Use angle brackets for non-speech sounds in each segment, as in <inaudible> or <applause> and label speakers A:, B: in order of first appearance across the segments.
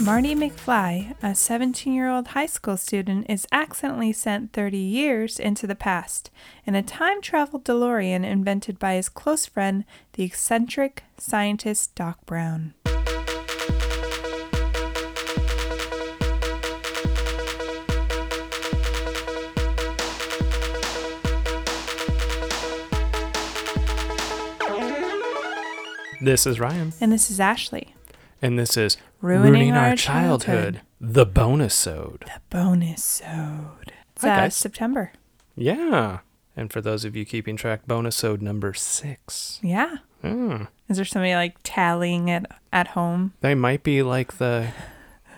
A: Marty McFly, a 17 year old high school student, is accidentally sent 30 years into the past in a time travel DeLorean invented by his close friend, the eccentric scientist Doc Brown.
B: This is Ryan,
A: And this is Ashley.
B: and this is
A: Ruining Our Childhood.
B: the bonus sode.
A: The bonus sode. It's
B: Hi,
A: uh,
B: guys.
A: September.
B: Yeah. And for those of you keeping track, bonus sode number six.
A: Yeah.
B: Hmm.
A: Is there somebody like tallying it at home?
B: They might be like the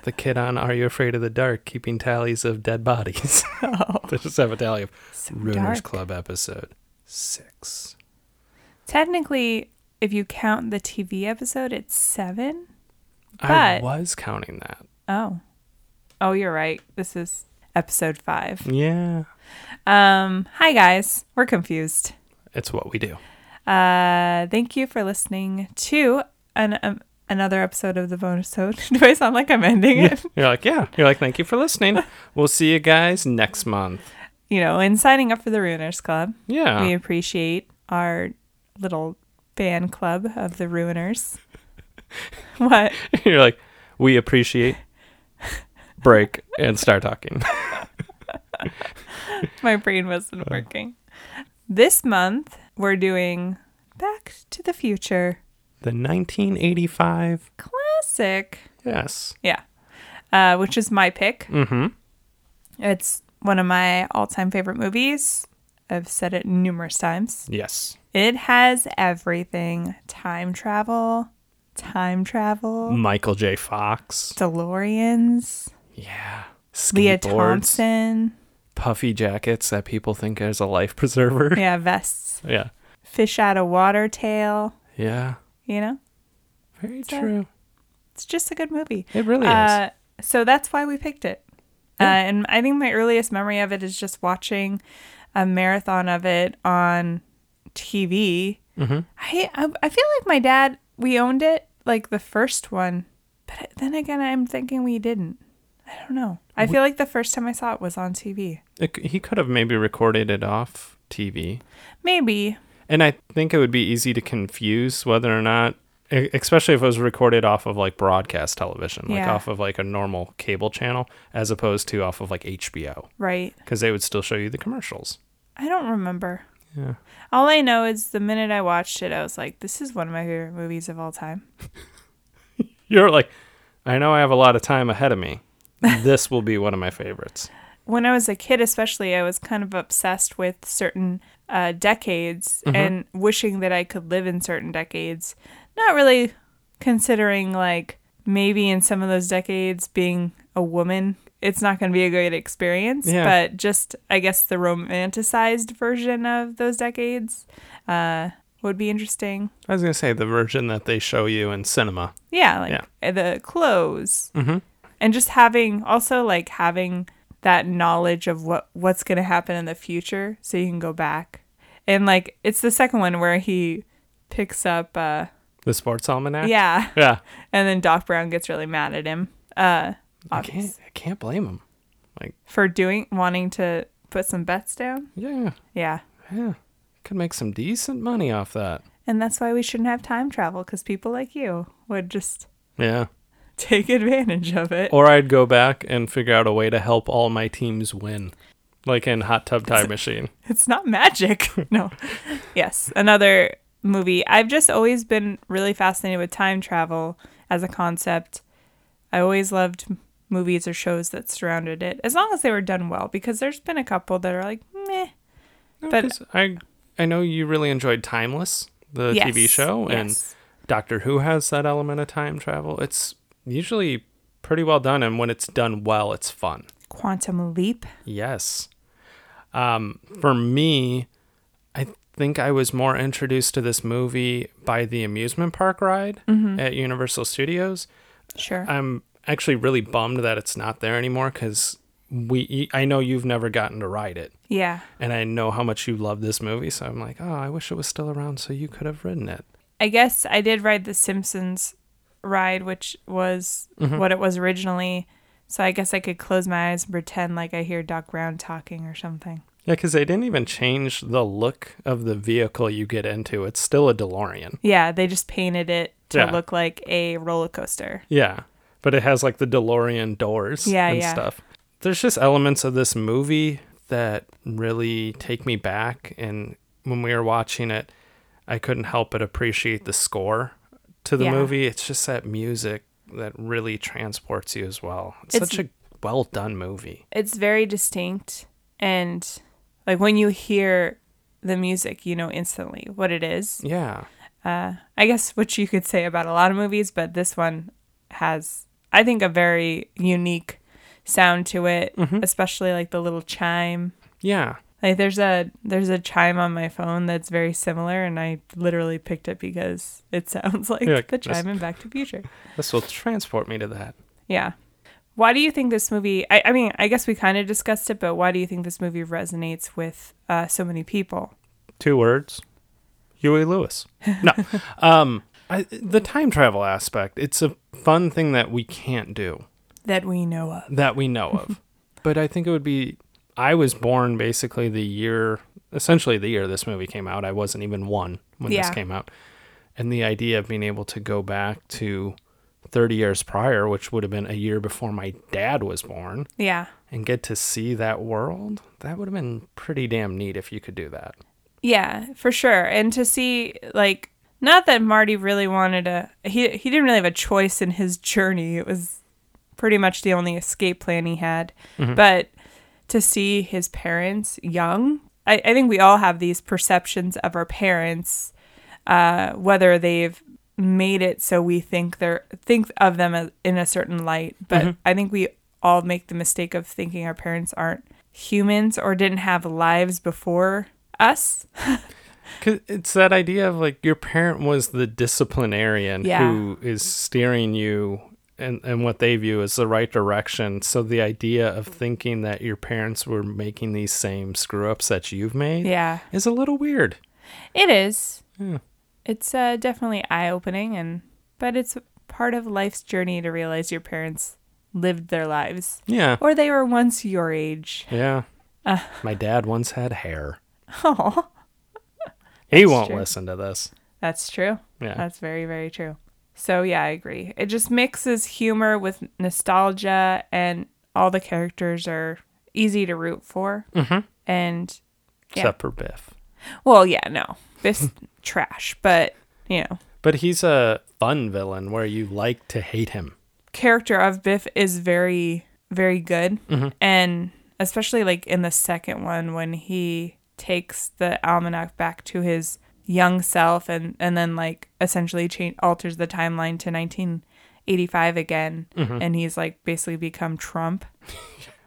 B: the kid on Are You Afraid of the Dark keeping tallies of
A: <laughs>
B: dead bodies. <laughs>
A: Oh,
B: they just have a tally of
A: so
B: Ruiners
A: dark.
B: Club episode six.
A: Technically, if you count the TV episode, it's seven.
B: I
A: But-
B: was counting that.
A: Oh. Oh, you're right. This is episode five.
B: Yeah.
A: Um, hi guys. We're confused.
B: It's what we do.
A: Uh, thank you for listening to an um, another episode of the bonus episode. <laughs> Do I sound like I'm ending it?
B: You're like, yeah. You're like, thank you
A: <laughs>
B: for listening. We'll see you guys next month.
A: You know, in signing up for the Ruiners Club,
B: Yeah.
A: we appreciate our little fan club of the Ruiners. what?
B: <laughs> You're like, we appreciate break and start talking.
A: My brain wasn't working. This month, we're doing Back to the Future
B: <laughs> The 1985.
A: Classic.
B: Yes.
A: Yeah. Uh, which is my pick.
B: Mm-hmm.
A: It's one of my all time favorite movies. I've said it numerous times.
B: Yes.
A: It has everything time travel, time travel,
B: Michael J. Fox.
A: DeLoreans,
B: Yeah.
A: Leah
B: Skateboards.
A: Thompson.
B: Puffy jackets that people think is a life preserver.
A: Yeah, vests.
B: Yeah.
A: Fish out of water tail.
B: Yeah.
A: You know,
B: Very
A: a-
B: true.
A: it's just a good movie.
B: It really is.
A: Uh, so that's why we picked it. Uh,
B: Yeah.
A: and I think my earliest memory of it is just watching a marathon of it on TV.
B: Mhm.
A: I, I I feel like my dad we owned it like the first one, but then again I'm thinking we didn't. I don't know. I feel like the first time I saw it was on TV.
B: It c- he could have maybe recorded it off TV.
A: Maybe.
B: And I think it would be easy to confuse whether or not, e- especially if it was recorded off of like broadcast television, like
A: Yeah.
B: off of like a normal cable channel, as opposed to off of like HBO,
A: Right.
B: because they would still show you the commercials.
A: I don't remember.
B: Yeah.
A: All I know is the minute I watched it, I was like, "This is one of my favorite movies of all time."
B: You're like, I know I have a lot of time ahead
A: <laughs>
B: of me. this will be one of my favorites.
A: when I was a kid, especially, I was kind of obsessed with certain uh, decades and wishing that I could live in certain decades. Not really considering, like, maybe in some of those decades being a woman, it's not going to be a great experience,
B: Yeah.
A: but just, I guess, the romanticized version of those decades uh, would be interesting.
B: I was gonna say the version that they show you in cinema.
A: Yeah, like eh, the clothes.
B: Mhm.
A: And just having also like having that knowledge of what what's going to happen in the future so you can go back. And like it's the second one where he picks up uh
B: The sports almanac.
A: yeah,
B: Yeah.
A: and then Doc Brown gets really mad at him. Uh
B: I can't.
A: obvious-
B: I can't blame him.
A: for doing wanting to put some bets down.
B: Yeah.
A: Yeah.
B: Yeah. Could make some decent money off that.
A: And that's why we shouldn't have time travel cuz people like you would just <laughs>
B: Yeah.
A: take advantage of it.
B: Or I'd go back and figure out a way to help all my teams win, like in Hot Tub Time Machine.
A: it's not
B: <laughs>
A: magic. no. Yes, another movie. I've just always been really fascinated with time travel as a concept. I always loved m- movies or shows that surrounded it, as long as they were done well, because there's been a couple that are like, meh.
B: No,
A: But-
B: 'cause I, I know you really enjoyed Timeless, the TV
A: Yes,
B: show,
A: yes.
B: and Doctor Who has that element of time travel. It's usually pretty well done, and when it's done well, it's fun.
A: Quantum Leap.
B: Yes. Um, for me, I think I was more introduced to this movie by the amusement park ride at Universal Studios.
A: Sure.
B: I'm actually really bummed that it's not there anymore because we. I know you've never gotten to ride it,
A: yeah.
B: and I know how much you love this movie. So I'm like, oh, I wish it was still around so you could have ridden it.
A: I guess I did ride The Simpsons ride, which was
B: Mm-hmm.
A: what it was originally. So I guess I could close my eyes and pretend like I hear Doc Brown talking or something.
B: Yeah, because they didn't even change the look of the vehicle you get into. It's still a DeLorean.
A: Yeah, they just painted it to
B: Yeah.
A: look like a roller coaster.
B: Yeah. But it has like the DeLorean doors
A: Yeah,
B: and
A: yeah.
B: stuff. There's just elements of this movie that really take me back. And when we were watching it, I couldn't help but appreciate the score to the
A: Yeah.
B: movie. It's just that music that really transports you as well. It's,
A: It's-
B: such a well done movie.
A: It's very distinct and like when you hear the music, you know instantly what it is.
B: Yeah.
A: uh, I guess what you could say about a lot of movies, but this one has, I think, a very unique sound to it, especially like the little chime.
B: Yeah.
A: Like there's a there's a chime on my phone that's very similar, and I literally picked it because it <laughs> sounds like
B: Yeah,
A: the
B: that's-
A: chime in Back to the Future.
B: This will transport me to that.
A: Yeah. Why do you think this movie? I, I mean, I guess we kind of discussed it, but why do you think this movie resonates with uh, so many people?
B: two words huey lewis no um I, the time travel aspect it's a fun thing that we can't do
A: That we know of.
B: that we know of but i think it would be i was born basically the year essentially the year this movie came out i wasn't even one when
A: Yeah.
B: this came out and the idea of being able to go back to 30 years prior which would have been a year before my dad was born
A: Yeah.
B: and get to see that world that would have been pretty damn neat if you could do that
A: Yeah, for sure. And to see like not that Marty really wanted to he he didn't really have a choice in his journey. It was pretty much the only escape plan he had. But to see his parents young, I, I think we all have these perceptions of our parents, uh, whether they've made it so we think they're think of them as, in a certain light. But I think we all make the mistake of thinking our parents aren't humans or didn't have lives before us.
B: Cause it's that idea of like your parent was the disciplinarian
A: Yeah.
B: who is steering you and and what they view as the right direction. So the idea of thinking that your parents were making these same screw ups that you've made
A: Yeah,
B: is a little weird.
A: it is.
B: Yeah.
A: It's uh, definitely eye opening, and but it's part of life's journey to realize your parents lived their lives,
B: Yeah.
A: or they were once your age. <laughs>
B: Yeah.
A: Uh.
B: My dad once had hair.
A: Oh,
B: He won't
A: true.
B: listen to this.
A: that's true.
B: Yeah.
A: That's very very true. So yeah, I agree. It just mixes humor with nostalgia, and all the characters are easy to root for. Mm-hmm. And yeah.
B: Except for Biff.
A: well, yeah, no, this <laughs> trash, but you know.
B: But he's a fun villain where you like to hate him.
A: character of Biff is very, very good. And especially like in the second one when he takes the almanac back to his young self and, and then like essentially change, alters the timeline to 1985 again. And he's like basically become Trump.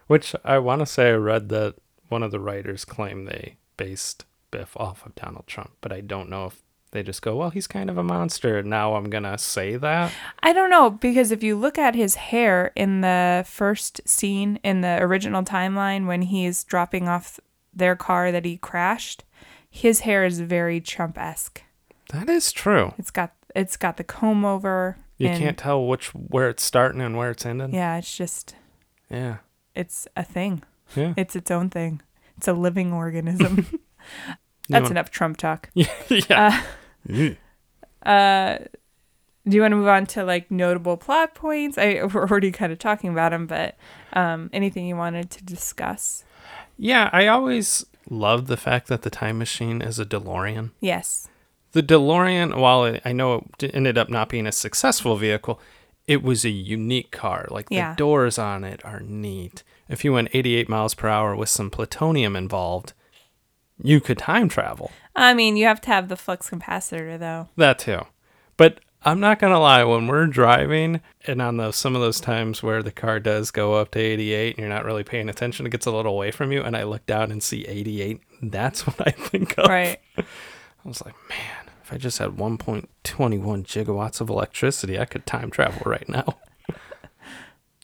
B: Which I want to say I read that one of the writers claimed they based Biff off of Donald Trump, but I don't know if they just go, well, he's kind of a monster. Now I'm going to say that.
A: I don't know because if you look at his hair in the first scene in the original timeline when he's dropping off their car that he crashed, his hair is very Trump esque.
B: That is true.
A: It's got it's got the comb over.
B: You
A: and-
B: can't tell which where it's starting and where it's ending.
A: Yeah, it's just
B: Yeah.
A: it's a thing.
B: Yeah.
A: It's its own thing. It's a living organism. That's
B: Yeah.
A: enough Trump talk.
B: Yeah. <laughs>
A: <laughs>
B: yeah.
A: Uh, do you want to move on to like notable plot points? I <laughs> we're already kind of talking about them, but um, anything you wanted to discuss?
B: yeah. I always love the fact that the time machine is a DeLorean.
A: Yes.
B: The DeLorean, while it, I know it d- ended up not being a successful vehicle, it was a unique car. Like
A: Yeah.
B: the doors on it are neat. If you went 88 miles per hour with some plutonium involved, you could time travel.
A: I mean, you have to have the flux capacitor though.
B: That too. But I'm not going to lie, when we're driving and on those some of those times where the car does go up to 88 and you're not really paying attention, it gets a little away from you and I look down and see 88, that's <laughs> what I think of.
A: Right.
B: I was like, man, if I just had 1.21 gigawatts of electricity, I could time travel right now.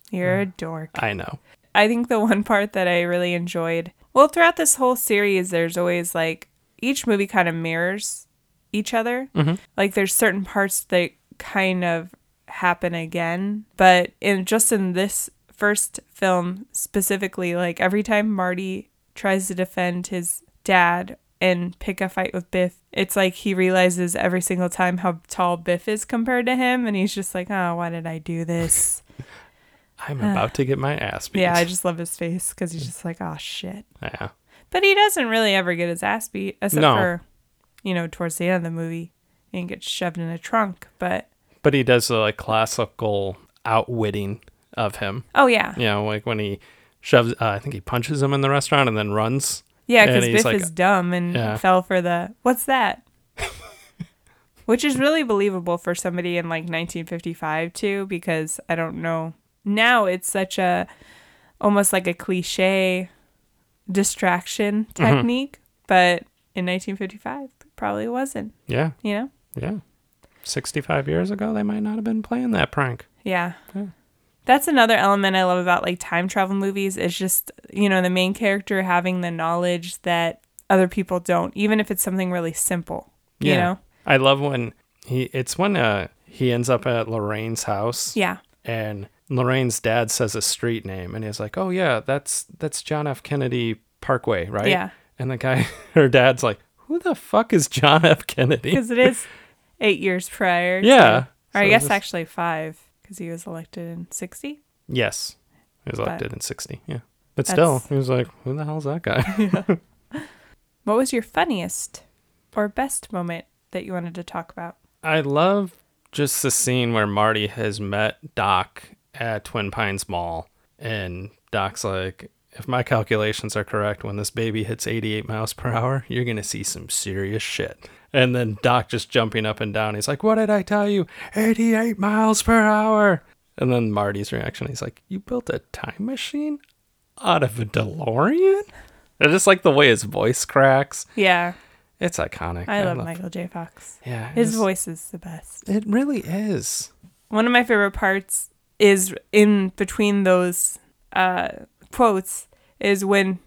A: You're a dork.
B: I know.
A: I think the <laughs> one part that I really enjoyed, well, throughout this whole series, there's always like each movie kind of mirrors each other. Like there's certain parts that kind of happen again. But in just in this first film specifically, like every time Marty tries to defend his dad and pick a fight with Biff, it's like he realizes every single time how tall Biff is compared to him, and he's just like, "Oh, why did I do this?" <sighs>
B: I'm about to get my ass beat.
A: Yeah, I just love his face because he's just like, "Oh shit."
B: Yeah.
A: But he doesn't really ever get his ass beat, except
B: No.
A: for, you know, towards the end of the movie, and gets shoved in a trunk. But
B: But he does the like classical outwitting of him.
A: oh yeah,
B: You know, like when he shoves, uh, I think he punches him in the restaurant and then runs.
A: yeah,
B: And
A: because
B: he's
A: Biff
B: like-
A: is dumb and
B: Yeah.
A: fell for the what's
B: <laughs>
A: that, which is really believable for somebody in like 1955 too, because I don't know now it's such a almost like a cliche distraction
B: Mm-hmm.
A: technique, but in 1955 it probably wasn't,
B: Yeah.
A: you know?
B: Yeah. 65 years ago, they might not have been playing that prank.
A: Yeah.
B: Yeah.
A: That's another element I love about like time travel movies is just, you know, the main character having the knowledge that other people don't, even if it's something really simple. You know?
B: I love when he, it's when uh, he ends up at Lorraine's house
A: Yeah.
B: and Lorraine's dad says a street name and he's like, oh, yeah, that's, that's John F. Kennedy Parkway, right?
A: Yeah.
B: And the guy, <laughs> her dad's like, who the fuck is John F. Kennedy?
A: Because it is eight years prior. to-
B: <laughs> Yeah.
A: or I
B: So
A: guess
B: this-
A: actually five because he was elected in 60.
B: Yes. He was
A: But-
B: elected in 60. Yeah. But still,
A: That's-
B: he was like, who the hell's that guy?
A: What was your funniest or best moment that you wanted to talk about?
B: I love just the scene where Marty has met Doc at Twin Pines Mall. And Doc's like, if my calculations are correct, when this baby hits 88 miles per hour, you're going to see some serious shit. And then Doc just jumping up and down. He's like, what did I tell you? 88 miles per hour. And then Marty's reaction, he's like, you built a time machine out of a DeLorean? I just like the way his voice cracks.
A: Yeah.
B: It's iconic.
A: I love Michael J. Fox.
B: Yeah,
A: His
B: it's-
A: voice is the best.
B: It really is.
A: one of my favorite parts is in between those uh, quotes is when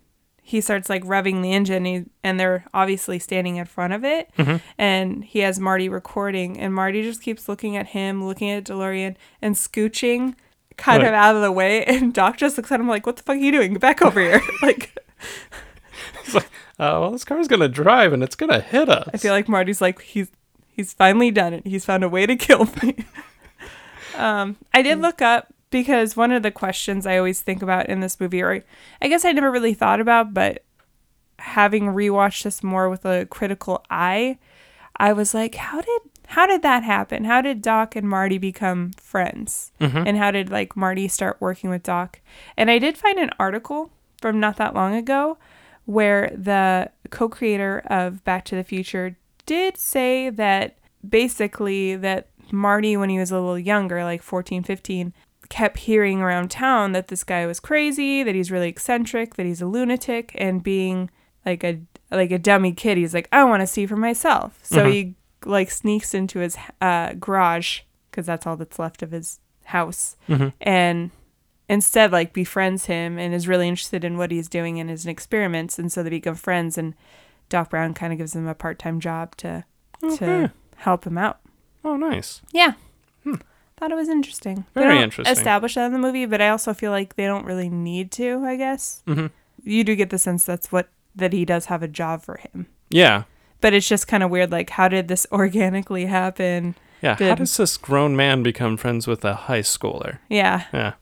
A: he starts like revving the engine he, and they're obviously standing in front of it and he has marty recording and marty just keeps looking at him looking at delorean and scooching kind
B: Right.
A: of out of the way <laughs> and doc just looks at him like what the fuck are you doing get back over here <laughs> like
B: It's <laughs> like, uh, well, this car's gonna drive and it's gonna hit us.
A: i feel like marty's like he's he's finally done it he's found a way to kill me <laughs> Um, I did look up because one of the questions I always think about in this movie, or I guess I never really thought about, but having rewatched this more with a critical eye, I was like, how did how did that happen? How did Doc and Marty become friends? And how did like Marty start working with Doc? And I did find an article from not that long ago where the co-creator of Back to the Future did say that basically that Marty when he was a little younger, like 14, 15, kept hearing around town that this guy was crazy, that he's really eccentric, that he's a lunatic and being like a like a dummy kid, he's like I want to see for myself. So he like sneaks into his uh, garage cuz that's all that's left of his house and instead like befriends him and is really interested in what he's doing in his experiments and so they become friends and Doc Brown kind of gives him a part-time job to
B: Okay.
A: to help him out.
B: oh, nice.
A: Yeah. Thought it was interesting.
B: Hmm. Very
A: they don't
B: interesting.
A: Establish that in the movie, but I also feel like they don't really need to. I guess
B: Mm-hmm.
A: you do get the sense that's what that he does have a job for him,
B: Yeah,
A: but it's just kind of weird. Like, how did this <laughs> organically happen?
B: yeah. How
A: Did-
B: does this grown man become friends with a high schooler?
A: Yeah.
B: Yeah,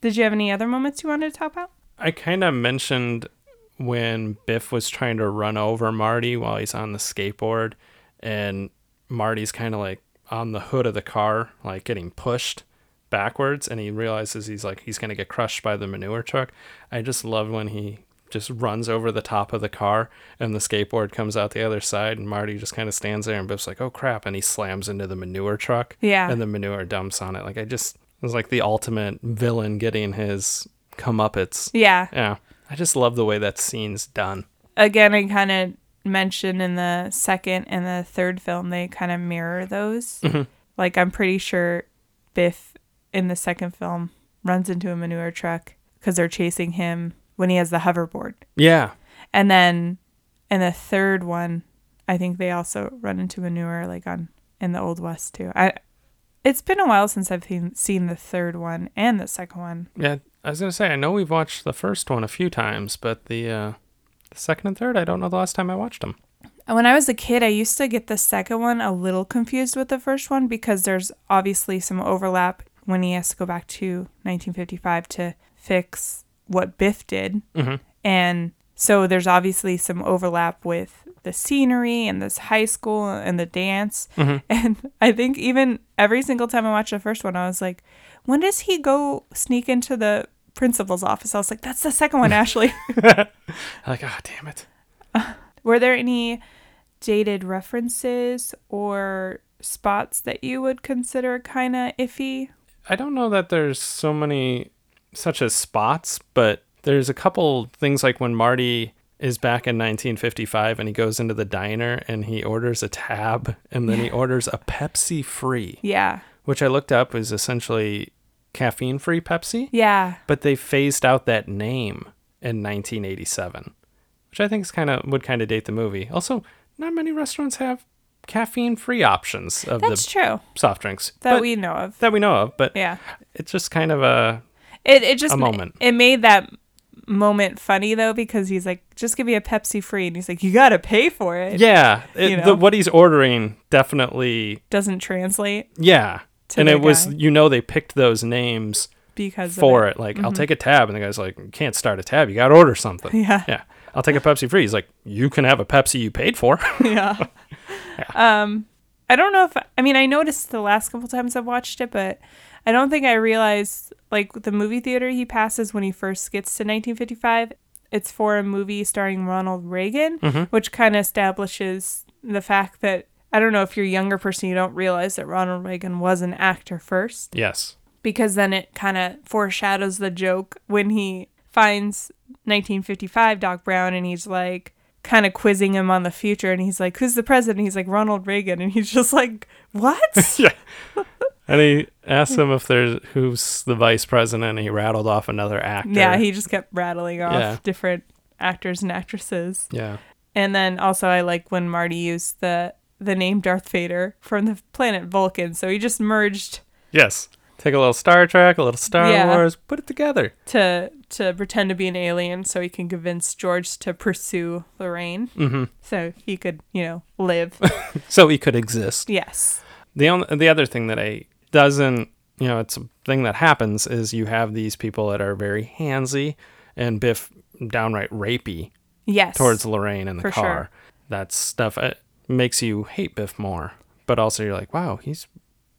A: Did you have any other moments you wanted to talk about?
B: I kind of mentioned when Biff was trying to run over Marty while he's on the skateboard, and Marty's kind of like on the hood of the car, like getting pushed backwards, and he realizes he's like he's gonna get crushed by the manure truck. I just love when he just runs over the top of the car and the skateboard comes out the other side and Marty just kind of stands there and Biff's like, "Oh crap." And he slams into the manure truck.
A: Yeah.
B: And the manure dumps on it. Like I just it was like the ultimate villain getting his comeuppance.
A: Yeah.
B: Yeah. I just love the way that scene's done.
A: Again, I kind of mentioned in the second and the third film they kind of mirror those. Like, I'm pretty sure Biff in the second film runs into a manure truck because they're chasing him when he has the hoverboard.
B: Yeah.
A: And then in the third one, I think they also run into manure like on in the old west too. I It's been a while since I've seen, seen the third one and the second one.
B: Yeah, I was gonna say I know we've watched the first one a few times, but the uh, the second and third I don't know the last time I watched them.
A: When I was a kid, I used to get the second one a little confused with the first one because there's obviously some overlap when he has to go back to 1955 to fix what Biff did.
B: Mhm.
A: And so there's obviously some overlap with the scenery and this high school and the dance. <laughs> And I think even every single time I watched the first one, I was like, when does he go sneak into the principal's office? I was like, that's the second one, Ashley.
B: Like, ah, damn it.
A: Were there any dated references or spots that you would consider kind of iffy?
B: I don't know that there's so many such as spots, but there's a couple things like when Marty is back in 1955 and he goes into the diner and he orders a tab and then he orders a Pepsi free,
A: Yeah.
B: which I looked up is essentially caffeine free Pepsi,
A: Yeah.
B: but they phased out that name in 1987, which I think is kind of would kind of date the movie. Also, not many restaurants have caffeine free options of
A: That's
B: the
A: true.
B: soft drinks
A: That
B: but-
A: we know of.
B: that we know of, but
A: Yeah.
B: it's just kind of a
A: It it just
B: A
A: ma-
B: moment.
A: It made that moment funny though because he's like, just give me a Pepsi free, and he's like, you gotta pay for it.
B: Yeah, it,
A: You know?
B: the, what he's ordering definitely.
A: Doesn't translate
B: Yeah,
A: To
B: and
A: the
B: it was
A: guy.
B: you know they picked those names
A: because
B: for
A: of Mm-hmm.
B: it. Like I'll take a tab, and the guy's like, "You can't start a tab. You got to order something."
A: <laughs> Yeah.
B: yeah. I'll take a Pepsi free. He's like, "You can have a Pepsi you paid for." <laughs>
A: <laughs> yeah. Um, I don't know if I mean I noticed the last couple times I've watched it, but I don't think I realized like the movie theater he passes when he first gets to 1955. It's for a movie starring Ronald Reagan, which kind of establishes the fact that I don't know if you're a younger person, you don't realize that Ronald Reagan was an actor first
B: yes.
A: because then it kind of foreshadows the joke when he finds 1955 Doc Brown and he's like kind of quizzing him on the future and he's like who's the president he's like Ronald Reagan and he's just like what
B: Yeah. And he asked him if there's who's the vice president. and He rattled off another actor.
A: yeah he just kept rattling off
B: Yeah.
A: different actors and actresses
B: yeah.
A: and then also I like when Marty used the the name Darth Vader from the planet Vulcan so he just merged
B: Yes. Take a little Star Trek, a little Star
A: Yeah.
B: Wars, put it together.
A: to to pretend to be an alien so he can convince George to pursue Lorraine mm-hmm. so he could you know live
B: So he could exist.
A: yes
B: The only the other thing that I doesn't you know it's a thing that happens is you have these people that are very handsy and Biff downright rapey
A: yes
B: towards Lorraine in the
A: For
B: car.
A: sure.
B: That stuff uh makes you hate Biff more, but also you're like, wow, he's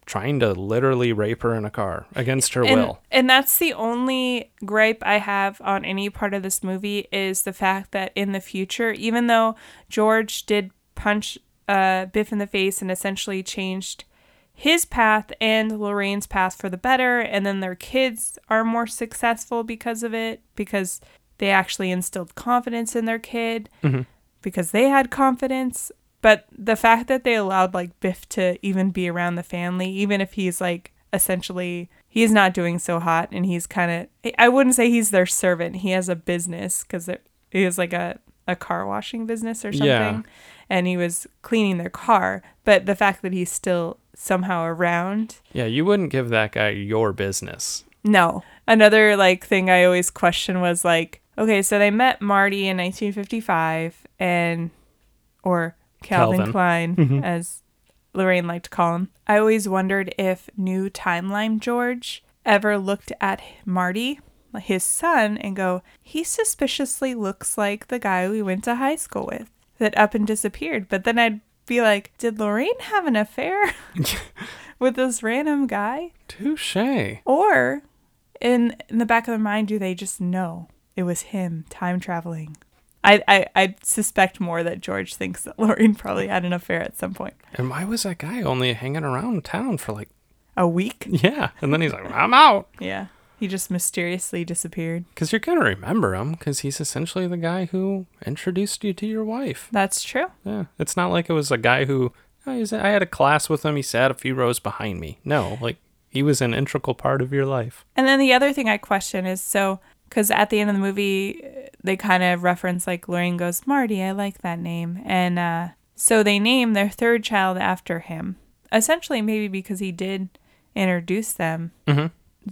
B: trying to literally rape her in a car against her
A: and,
B: will.
A: and that's the only gripe I have on any part of this movie is the fact that in the future, even though George did punch uh, Biff in the face and essentially changed his path and Lorraine's path for the better, and then their kids are more successful because of it, because they actually instilled confidence in their kid,
B: Mm-hmm.
A: because they had confidence. But the fact that they allowed like Biff to even be around the family, even if he's like essentially he's not doing so hot and he's kind of I wouldn't say he's their servant. He has a business because he has like a a car washing business or something,
B: Yeah.
A: and he was cleaning their car. But the fact that he's still somehow around
B: Yeah, you wouldn't give that guy your business.
A: no. Another like thing I always question was like, okay, so they met Marty in 1955 and or Calvin, Mm-hmm.
B: Calvin.
A: Klein as Lorraine liked to call him. I always wondered if new timeline George ever looked at Marty, his son, and go, he suspiciously looks like the guy we went to high school with that up and disappeared. But then I'd be like, did Lorraine have an affair <laughs> with this random guy?
B: Touche.
A: Or in in the back of their mind, do they just know it was him time traveling? I, I, I suspect more that George thinks that Lorraine probably had an affair at some point.
B: And why was that guy only hanging around town for like
A: A week?
B: yeah? And then he's like, I'm out.
A: Yeah. He just mysteriously disappeared.
B: Because you're going to remember him, because he's essentially the guy who introduced you to your wife.
A: That's true.
B: Yeah. It's not like it was a guy who, "Oh, he's- I had a class with him, he sat a few rows behind me. No, like, he was an integral part of your life.
A: And then the other thing I question is so, because at the end of the movie, they kind of reference like Lorraine goes, Marty, I like that name. And uh, so they name their third child after him, essentially, maybe because he did introduce them.
B: Mhm.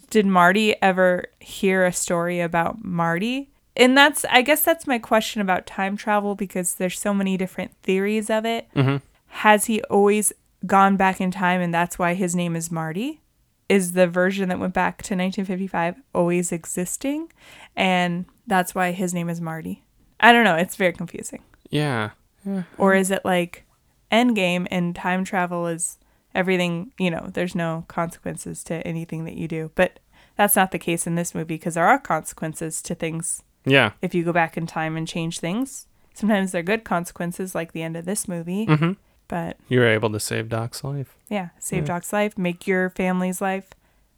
A: Did Marty ever hear a story about Marty? And that's, I guess, that's my question about time travel because there's so many different theories of it.
B: Mhm.
A: Has he always gone back in time and that's why his name is Marty? Is the version that went back to 1955 always existing? And that's why his name is Marty? I don't know. It's very confusing.
B: Yeah. Yeah.
A: Or is it like Endgame and time travel is everything, you know, there's no consequences to anything that you do. But that's not the case in this movie because there are consequences to things
B: Yeah.
A: if you go back in time and change things. Sometimes they're good consequences, like the end of this movie.
B: Mhm.
A: But
B: You were able to save Doc's life.
A: yeah, save Doc's life, make your family's life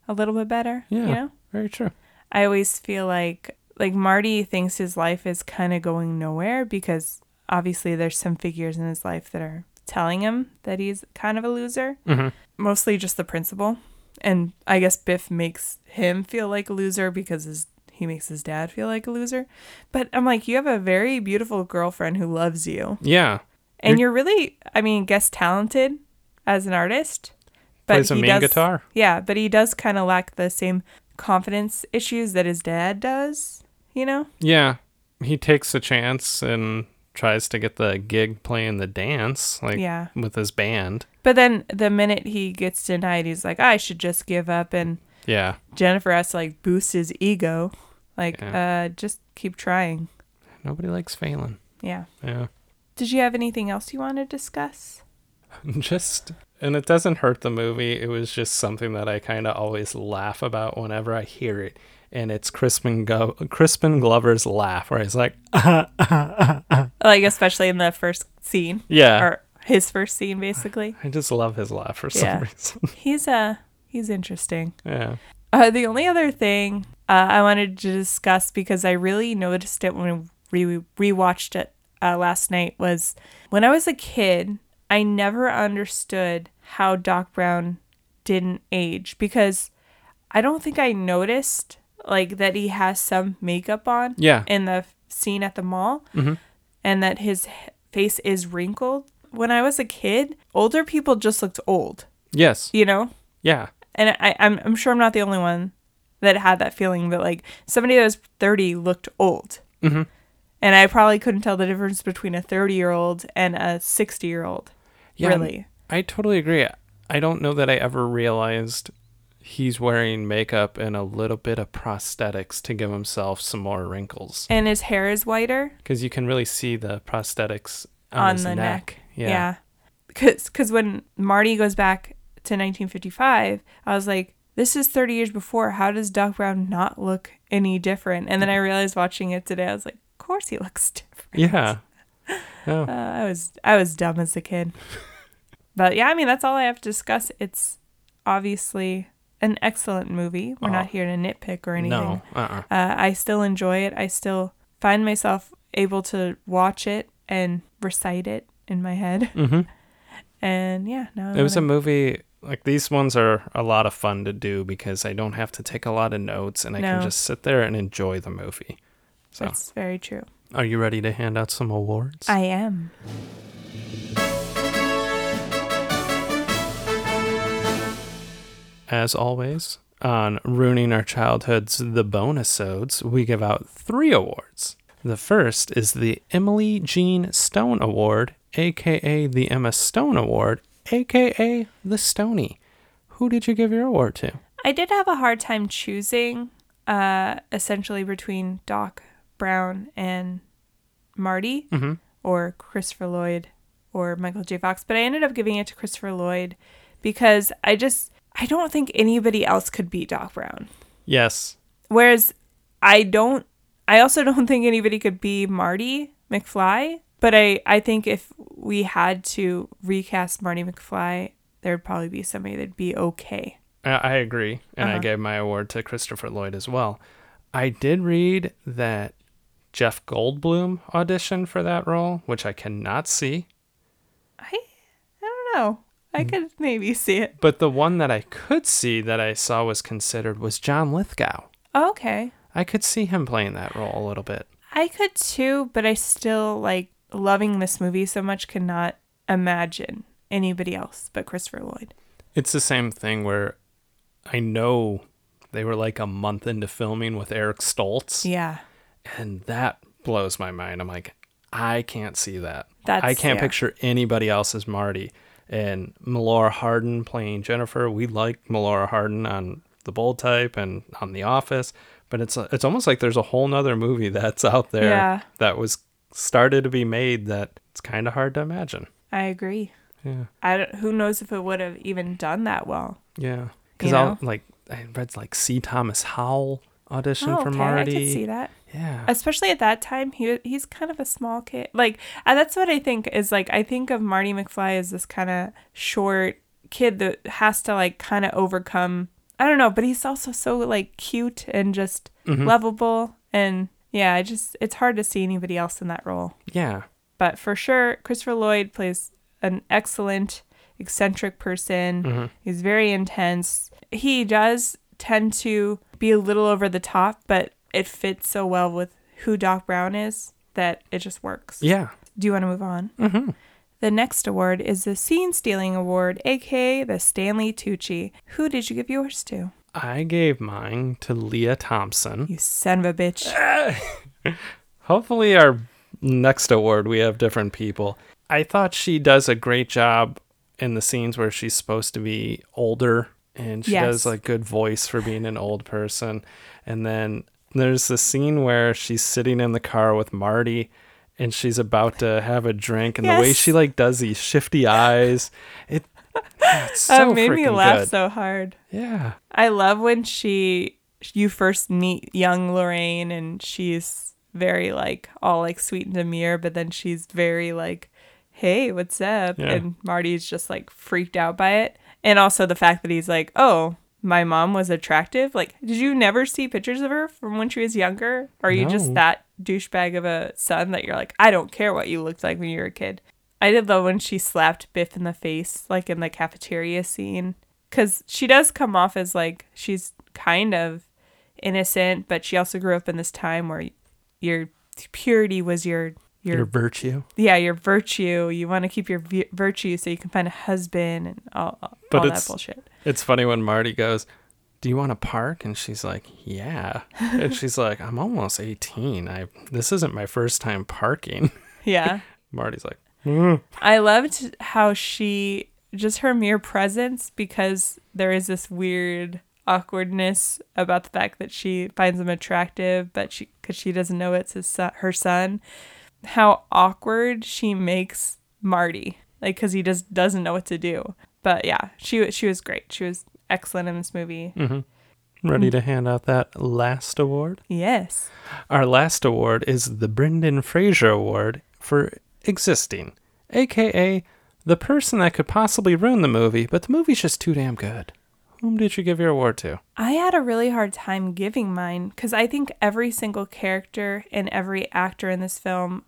A: a little bit better.
B: Yeah.
A: You know?
B: Very true.
A: I always feel like like Marty thinks his life is kind of going nowhere because obviously there's some figures in his life that are telling him that he's kind of a loser.
B: Mhm.
A: Mostly just the principal, and I guess Biff makes him feel like a loser because his he makes his dad feel like a loser. But I'm like, you have a very beautiful girlfriend who loves you,
B: Yeah.
A: and you're really, I mean, guess talented as an artist. But
B: Plays a
A: he
B: mean
A: does-
B: guitar.
A: yeah, but he does kind of lack the same confidence issues that his dad does, you know?
B: Yeah. He takes a chance and tries to get the gig playing the dance, like
A: Yeah.
B: with his band.
A: But then the minute he gets denied, he's like, I should just give up. And
B: Yeah.
A: Jennifer has to like boost his ego, like, uh, just keep trying.
B: Nobody likes failing.
A: Yeah.
B: Yeah. <laughs>
A: Did you have anything else you want to discuss?
B: just and it doesn't hurt the movie it was just something that i kind of always laugh about whenever i hear it and it's crispin, Go- crispin glover's laugh where he's like <laughs>
A: Like, especially in the first scene,
B: yeah
A: or his first scene, basically.
B: i just love his laugh for some
A: Yeah.
B: <laughs> reason
A: He's, uh, he's interesting.
B: yeah
A: Uh, the only other thing uh, I wanted to discuss because I really noticed it when we re- rewatched it uh, last night was when I was a kid, I never understood how Doc Brown didn't age because I don't think I noticed like that he has some makeup on
B: yeah
A: in the f- scene at the mall and that his h- face is wrinkled. When I was a kid, older people just looked old,
B: yes
A: you know?
B: yeah
A: and I, I'm, I'm sure I'm not the only one that had that feeling, but like somebody that was 30 looked old. Mm-hmm. And I probably couldn't tell the difference between a 30 year old and a 60 year old.
B: yeah
A: Really?
B: i totally agree i don't know that i ever realized he's wearing makeup and a little bit of prosthetics to give himself some more wrinkles
A: And his hair is whiter
B: because you can really see the prosthetics on,
A: on
B: his
A: the neck.
B: yeah
A: Yeah. Because when Marty goes back to 1955, I was like, this is 30 years before. How does Doc Brown not look any different? And then I realized watching it today, I was like, of course he looks <laughs> different.
B: yeah
A: <laughs> Uh, I was I was dumb as a
B: <laughs>
A: kid. but yeah, I mean that's all I have to discuss. It's obviously an excellent movie. We're not here to nitpick or anything.
B: Oh. no uh-uh
A: Uh, I still enjoy it. I still find myself able to watch it and recite it in my head.
B: mm-hmm
A: And yeah, now I
B: It was a
A: wanna-
B: movie like these ones are a lot of fun to do because I don't have to take a lot of notes and I can
A: No.
B: just sit there and enjoy the movie. So,
A: That's very true.
B: are you ready to hand out some awards?
A: I am.
B: As always, on Ruining Our Childhood's The Bonusodes, we give out three awards. The first is the Emily Jean Stone Award, aka the Emma Stone Award, aka the Stony. Who did you give your award to?
A: I did have a hard time choosing, uh, essentially between Doc Brown and Marty, or Christopher Lloyd, or Michael J. Fox. But I ended up giving it to Christopher Lloyd because I just I don't think anybody else could beat Doc Brown.
B: Yes.
A: Whereas I don't. I also <laughs> don't think anybody could be Marty McFly. But I I think if we had to recast Marty McFly, there'd probably be somebody that'd be okay.
B: I I agree, and I gave my award to Christopher Lloyd as well. I did read that Jeff Goldblum auditioned for that role, which I cannot see.
A: I I don't know. I could maybe see it.
B: But the one that I could see that I saw was considered was John Lithgow.
A: okay.
B: I could see him playing that role a little bit.
A: I could too, but I still like loving this movie so much cannot imagine anybody else but Christopher Lloyd.
B: It's the same thing where I know they were like a month into filming with Eric Stoltz,
A: Yeah.
B: and that blows my mind. I'm like, I can't see that.
A: That's-
B: I can't
A: yeah.
B: picture anybody else as Marty. And Melora Hardin playing Jennifer. We like Melora Hardin on The Bold Type and on The Office, but it's it's almost like there's a whole nother movie <laughs> that's out there
A: Yeah.
B: that was started to be made that it's kind of hard to imagine.
A: I agree.
B: Yeah.
A: I don't, who knows if it would have even done that well.
B: Yeah, because
A: You
B: I'll
A: know?
B: like I read like C. Thomas Howell audition
A: Oh,
B: for
A: okay,
B: Marty.
A: I could see that.
B: Yeah,
A: Especially at that time, he he's kind of a small kid. Like uh, that's what I think is like. I think of Marty McFly as this kind of short kid that has to like kind of overcome. I don't know, but he's also so like cute and just lovable, and yeah, I just it's hard to see anybody else in that role.
B: yeah,
A: but for sure christopher lloyd plays an excellent eccentric person
B: Mm-hmm.
A: he's very intense he does tend to be a little over the top but it fits so well with who doc brown is that it just works
B: yeah.
A: do you want to move on mm-hmm. the next award is the scene stealing award aka the stanley tucci who did you give yours to
B: I gave mine to Leah Thompson.
A: you son of a bitch
B: Hopefully, our next award we have different people. I thought she does a great job in the scenes where she's supposed to be older, and she does
A: Yes.
B: like good voice for being an old person. And then there's the scene where she's sitting in the car with Marty. And she's about to have a drink, and the way
A: Yes.
B: she like does these shifty eyes, it it's so
A: <laughs> that made me
B: freaking
A: laugh
B: good.
A: so hard
B: yeah,
A: I love when she you first meet young Lorraine and she's very like all like sweet and demure, but then she's very like, Hey, what's up?
B: Yeah.
A: And Marty's just like freaked out by it. And also the fact that he's like, Oh, my mom was attractive. Like, did you never see pictures of her from when she was younger? Or are you
B: No.
A: just that douchebag of a son that you're like, I don't care what you looked like when you were a kid? I did love when she slapped Biff in the face, like in the cafeteria scene. Because she does come off as like she's kind of innocent, but she also grew up in this time where your purity was your your,
B: your virtue.
A: yeah your virtue. You want to keep your vi- virtue so you can find a husband and all, all
B: But
A: that
B: it's-
A: bullshit.
B: It's funny when Marty goes, "Do you want to park?" and she's like, "Yeah," and she's like, "I'm almost 18. I this isn't my first time parking." <laughs>
A: Yeah,
B: Marty's like,
A: I loved how she just her mere presence because there is this weird awkwardness about the fact that she finds him attractive, but she because she doesn't know it's his son, her son. How awkward she makes Marty, like because he just doesn't know what to do. But yeah, she she was great. She was excellent in this movie.
B: "Ready to hand out that last award?"
A: Yes,
B: Our last award is the Brendan Fraser Award for existing, aka the person that could possibly ruin the movie, but the movie's just too damn good. Whom did you give your award to?
A: I had a really hard time giving mine because I think every single character and every actor in this film,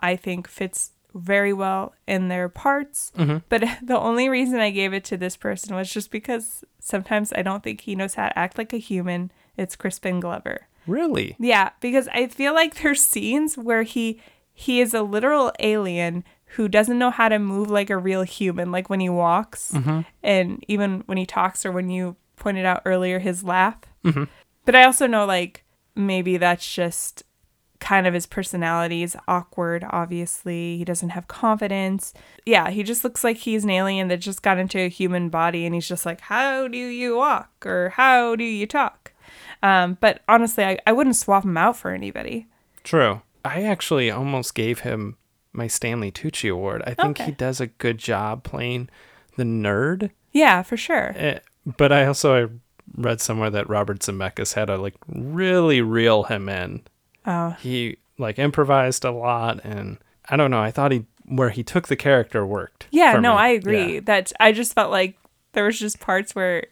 A: I think, fits very well in their parts. But <laughs> the only reason I gave it to this person was just because sometimes I don't think he knows how to act like a human. It's Crispin Glover.
B: Really?
A: Yeah, because I feel like there's scenes where he he is a literal alien who doesn't know how to move like a real human, like when he walks and even when he talks or when you pointed out earlier his laugh. But I also know like maybe that's just kind of his personality is awkward obviously he doesn't have confidence yeah he just looks like he's an alien that just got into a human body and he's just like how do you walk or how do you talk um, but honestly I, I wouldn't swap him out for anybody
B: True. I actually almost gave him my Stanley Tucci award. I think he
A: Okay.
B: does a good job playing the nerd.
A: yeah for sure
B: Eh, But I also I read somewhere that Robert Zemeckis had to like really reel him in.
A: oh
B: He like improvised a lot, and I don't know. I thought he where he took the character worked.
A: yeah
B: for
A: no
B: me.
A: i agree
B: Yeah.
A: that i just felt like there was just parts where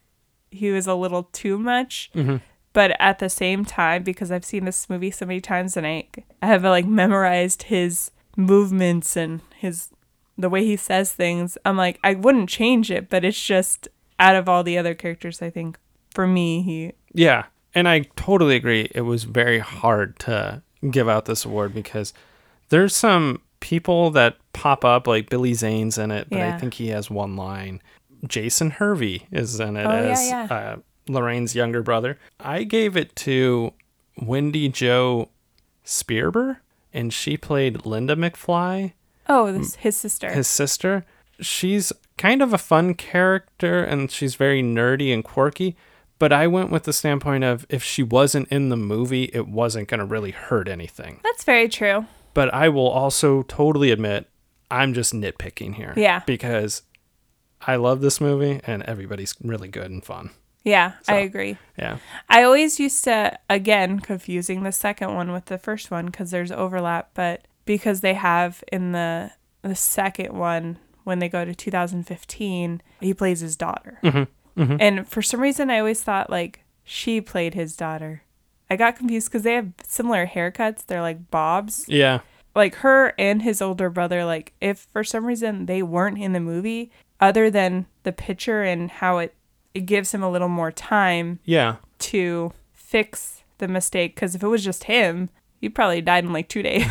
A: he was a little too much
B: Mm-hmm.
A: but at the same time because i've seen this movie so many times and i, I have like memorized his movements and his the way he says things i'm like i wouldn't change it but it's just out of all the other characters i think for me he
B: Yeah, and I totally agree. It was very hard to give out this award because there's some people that pop up like Billy Zane's in it, but I
A: Yeah.
B: think he has one line. Jason Hervey is in it
A: Oh, yeah,
B: as
A: yeah.
B: Uh, Lorraine's younger brother. I gave it to Wendy Joe Spearber, and she played Linda McFly,
A: Oh, this, his sister.
B: his sister. She's kind of a fun character, and she's very nerdy and quirky. But I went with the standpoint of if she wasn't in the movie, it wasn't going to really hurt anything.
A: That's very true.
B: But I will also totally admit, I'm just nitpicking here.
A: Yeah.
B: Because I love this movie and everybody's really good and fun.
A: Yeah, I agree.
B: Yeah.
A: I always used to, again, confusing the second one with the first one because there's overlap, but because they have in the the second one when they go to 2015, he plays his daughter, and for some reason I always thought like she played his daughter. I got confused because they have similar haircuts. They're like bobs,
B: Yeah.
A: like her and his older brother. Like if for some reason they weren't in the movie, other than the picture and how it it gives him a little more time
B: Yeah.
A: to fix the mistake because if it was just him, he probably died in like two days.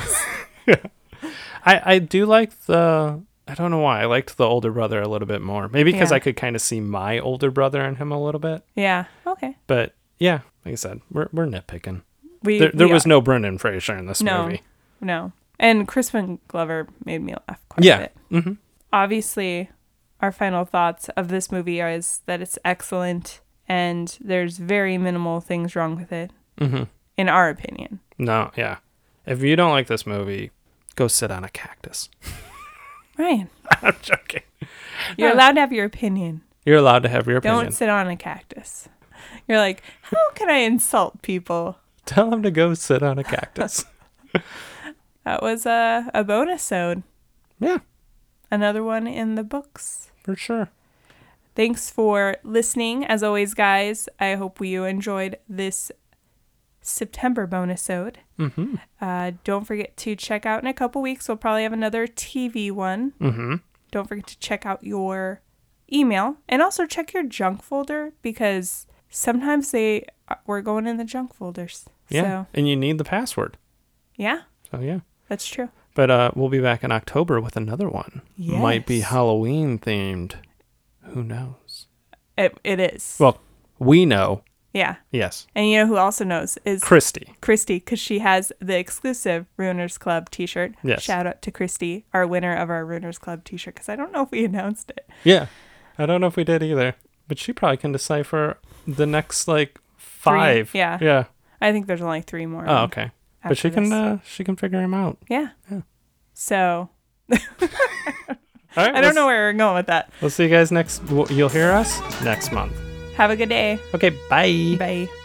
B: I, I do like the I don't know why I liked the older brother a little bit more. Maybe because
A: Yeah.
B: I could kind of see my older brother in him a little bit.
A: yeah. Okay.
B: But yeah, like I said, we're we're nitpicking.
A: We
B: There, there
A: we
B: was
A: are-
B: no Brendan Fraser in this
A: no
B: movie.
A: no, and Crispin Glover made me laugh quite a
B: Yeah.
A: bit.
B: hmm
A: Obviously, our final thoughts of this movie is that it's excellent and there's very minimal things wrong with it,
B: Mhm.
A: in our opinion.
B: No. Yeah. If you don't like this movie, go sit on a cactus. <laughs>
A: Ryan,
B: I'm joking.
A: you're allowed to have your opinion.
B: You're allowed to have your
A: Don't
B: opinion.
A: sit on a cactus. You're like, how can I insult people?
B: Tell him to go sit on
A: <laughs>
B: a cactus.
A: That was a, a bonus ode.
B: yeah,
A: another one in the books.
B: for sure.
A: Thanks for listening. As always, guys, I hope you enjoyed this September bonus ode.
B: Mm-hmm.
A: Uh, don't forget to check out in a couple weeks. We'll probably have another TV one.
B: Mm-hmm.
A: Don't forget to check out your email and also check your junk folder because sometimes they uh, we're going in the junk folders.
B: Yeah.
A: So,
B: And you need the password.
A: yeah,
B: So yeah.
A: that's true.
B: But uh, we'll be back in October with another one. Might be
A: Yes.
B: Halloween themed. Who knows?
A: It, it is.
B: Well, we know.
A: yeah.
B: Yes.
A: And you know who also knows is
B: Christy.
A: Christy because she has the exclusive Ruiners Club T-shirt.
B: Yes.
A: Shout out to Christy, our winner of our Ruiners Club T-shirt. Because I don't know if we <laughs> announced it.
B: Yeah. I don't know if we did either, but she probably can decipher the next like five.
A: yeah. Um,
B: Yeah.
A: I think there's only three more.
B: Oh, okay. But she can uh, she can figure him out.
A: yeah.
B: yeah.
A: So
B: All right.
A: I
B: we'll
A: don't know where we're going with that.
B: We'll see you guys next. You'll hear us next month.
A: Have a good day.
B: Okay, bye.
A: Bye.